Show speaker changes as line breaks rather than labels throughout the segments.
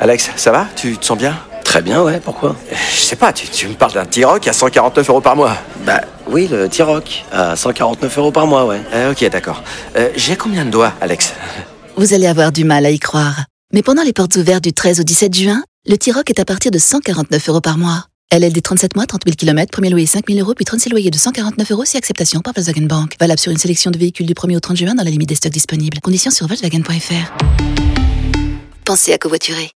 Alex, ça va Tu te sens bien
Très bien, ouais, pourquoi
Euh, Je sais pas, tu, tu me parles d'un T-Rock à 149 euros par mois.
Bah oui, le T-Rock, à 149 euros par mois, ouais.
Euh, ok, d'accord. Euh, J'ai combien de doigts, Alex
Vous allez avoir du mal à y croire. Mais pendant les portes ouvertes du 13 au 17 juin, le T-Rock est à partir de 149 euros par mois. LLD 37 mois, 30 000 km, premier loyer 5 000 euros, puis 36 loyers de 149 euros si acceptation par Volkswagen Bank. Valable sur une sélection de véhicules du 1er au 30 juin dans la limite des stocks disponibles. Conditions sur Volkswagen.fr. Pensez à covoiturer.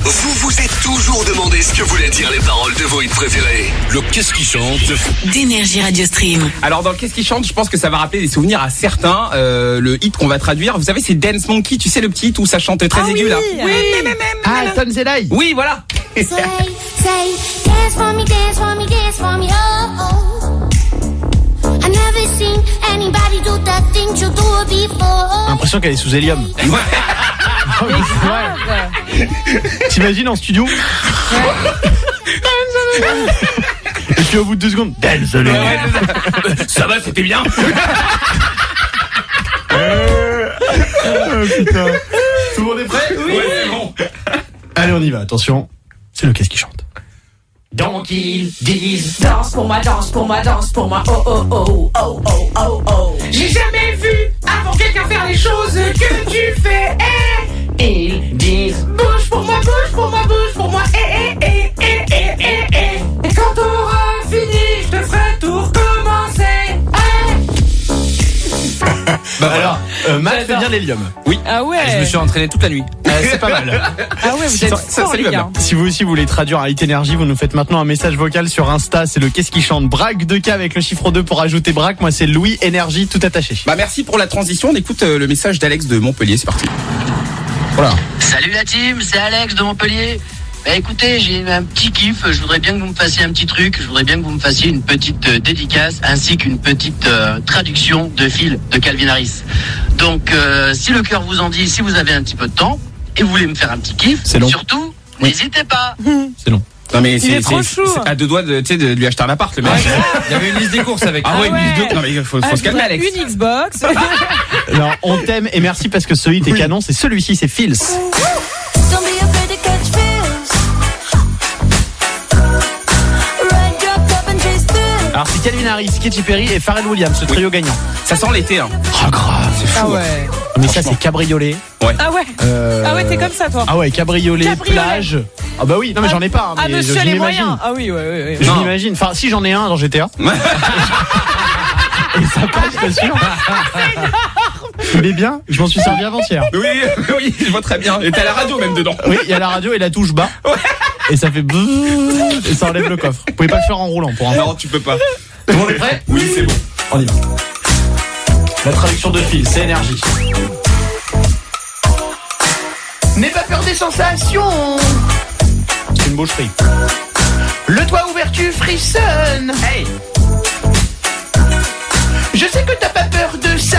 Vous vous êtes toujours demandé ce que voulaient dire les paroles de vos hits préférés.
Le qu'est-ce qui chante
d'énergie Radio Stream.
Alors dans Qu'est-ce qui chante, je pense que ça va rappeler des souvenirs à certains. Euh, le hit qu'on va traduire, vous savez, c'est Dance Monkey, tu sais le petit hit où ça chante très aigu là. Oui,
Ah, Tom Zelay
oui, voilà.
Say, say, dance for me, dance for me, dance for me, oh, oh. I never seen anybody do the things you do before.
L'impression qu'elle est sous hélium. T'imagines en studio Et puis au bout de deux secondes, Dance the Lady.
ça va, c'était bien.
Oh, putain.
Tout le monde est prêt Oui, c'est bon.
Allez, on y va, attention. C'est le qu'est-ce qui chante.
Donc ils disent
Danse pour moi, danse pour moi, danse pour moi. Oh oh oh oh oh oh oh. J'ai jamais vu avant quelqu'un faire les choses que tu fais. Eh, ils disent bouge pour moi, bouge pour moi, bouge pour moi. Eh eh eh eh eh eh eh. Et quand t'auras fini, je te ferai tout recommencer. Eh.
Bah alors, euh, Matt fait bien l'hélium.
Ah ouais
Je me suis entraîné toute la nuit.
Euh, c'est pas mal.
Ah ouais, vous êtes
Ça-
forts
ça, salut,
les
ma
gars.
Si vous aussi voulez traduire à Hit Energy, vous nous faites maintenant un message vocal sur Insta. C'est le qu'est-ce qui chante. Braque 2K avec le chiffre 2 pour ajouter braque. Moi, c'est Louis Energy tout attaché.
Bah merci pour la transition, on écoute euh, le message d'Alex de Montpellier, c'est parti.
Salut la team, c'est Alex de Montpellier. Bah écoutez, j'ai un petit kiff, je voudrais bien que vous me fassiez un petit truc, je voudrais bien que vous me fassiez une petite euh, dédicace ainsi qu'une petite euh, traduction de fil de Calvin Harris. Donc euh, si le cœur vous en dit, si vous avez un petit peu de temps et vous voulez me faire un petit kiff,
C'est long.
surtout, n'hésitez pas.
C'est long.
Non mais
est trop
c'est-
chaud.
c'est à deux doigts de, tu sais, de lui acheter un appart le mec. Il y avait une liste des courses avec. Ah, ouais,
Ah
une liste
ouais.
de Non mais il faut, faut
Ah,
se calmer
je
Alex.
voudrais Une Xbox.
Alors, on t'aime et merci parce que ce hit est canon. C'est celui-ci, c'est Phils.
Don't be afraid to catch feels. Ride your cup and chase through.
Alors, c'est Calvin Harris, Katy Perry et Pharrell Williams, ce trio gagnant.
Ça sent l'été hein.
Oh, grave.
C'est fou.
Ah
hein.
ouais.
Mais ça, c'est cabriolet.
Ah ouais.
Euh,
Ah ouais, t'es comme ça toi.
Ah ouais, cabriolet,
Cabriolet.
plage. Ah bah oui, non mais j'en ai pas. hein,
Ah
mais je,
monsieur
je
les
m'imagine.
moyens. Ah oui, ouais, ouais, ouais.
Je
Non.
m'imagine. Enfin, si j'en ai un dans GTA. Et ça passe, je suis sûr. Il est bien, je m'en suis servi avant-hier.
Oui, oui, je vois très bien. Et t'as la radio même dedans.
Oui, il y a la radio et la touche bas. Et ça fait bzzz, et ça enlève le coffre. Vous pouvez pas le faire en roulant pour un
Non, tu peux pas. on est prêt Oui, c'est bon.
On y va. La traduction de fil, c'est énergie.
N'aie pas peur des sensations.
C'est une boucherie.
Le toit ouvert, tu frissonnes. Hey. Je sais que t'as pas peur de ça.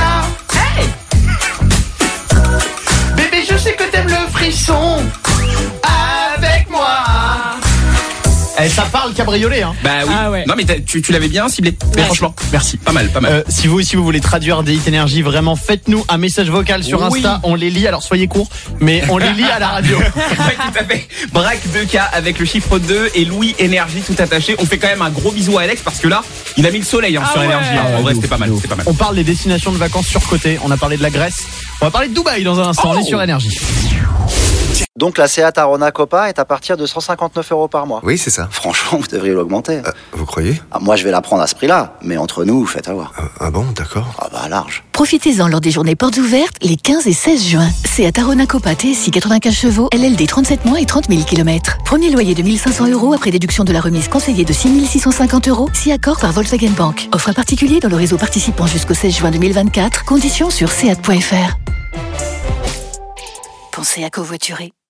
Hey. Bébé, je sais que t'aimes le frisson. Avec moi.
Eh, ça parle cabriolet, hein.
Bah oui.
Ah ouais.
Non mais t'as- tu, tu l'avais bien ciblé. Mais franchement,
Merci.
pas mal, pas mal.
Euh, si vous aussi vous voulez traduire des hit énergie, vraiment faites-nous un message vocal sur
Oui.
Insta. On les lit, alors soyez courts, mais on les lit à la radio.
Ouais, tout à fait. Braque 2K avec le chiffre 2 et Louis Énergie tout attaché. On fait quand même un gros bisou à Alex parce que là, il a mis le soleil hein,
Ah
sur
ouais.
Énergie. hein. En vrai, c'était pas mal, c'était pas mal.
On parle des destinations de vacances surcotées. On a parlé de la Grèce. On va parler de Dubaï dans un instant.
Oh.
On est sur énergie.
Donc la Seat Arona Copa est à partir de 159 euros par mois.
Oui, c'est ça.
Franchement, vous devriez l'augmenter.
Vous croyez
Ah, moi, je vais la prendre à ce prix-là, mais entre nous, faites avoir.
Ah bon, d'accord.
Ah bah large.
Profitez-en lors des journées portes ouvertes les 15 et 16 juin. C'est à Tarona Copa TSI 95 chevaux, LLD 37 mois et 30 000 km. Premier loyer de 1500 euros après déduction de la remise conseillée de 6 650 euros, si accord par Volkswagen Bank. Offre à particulier dans le réseau participant jusqu'au 16 juin 2024. Conditions sur seat.fr. Pensez à covoiturer.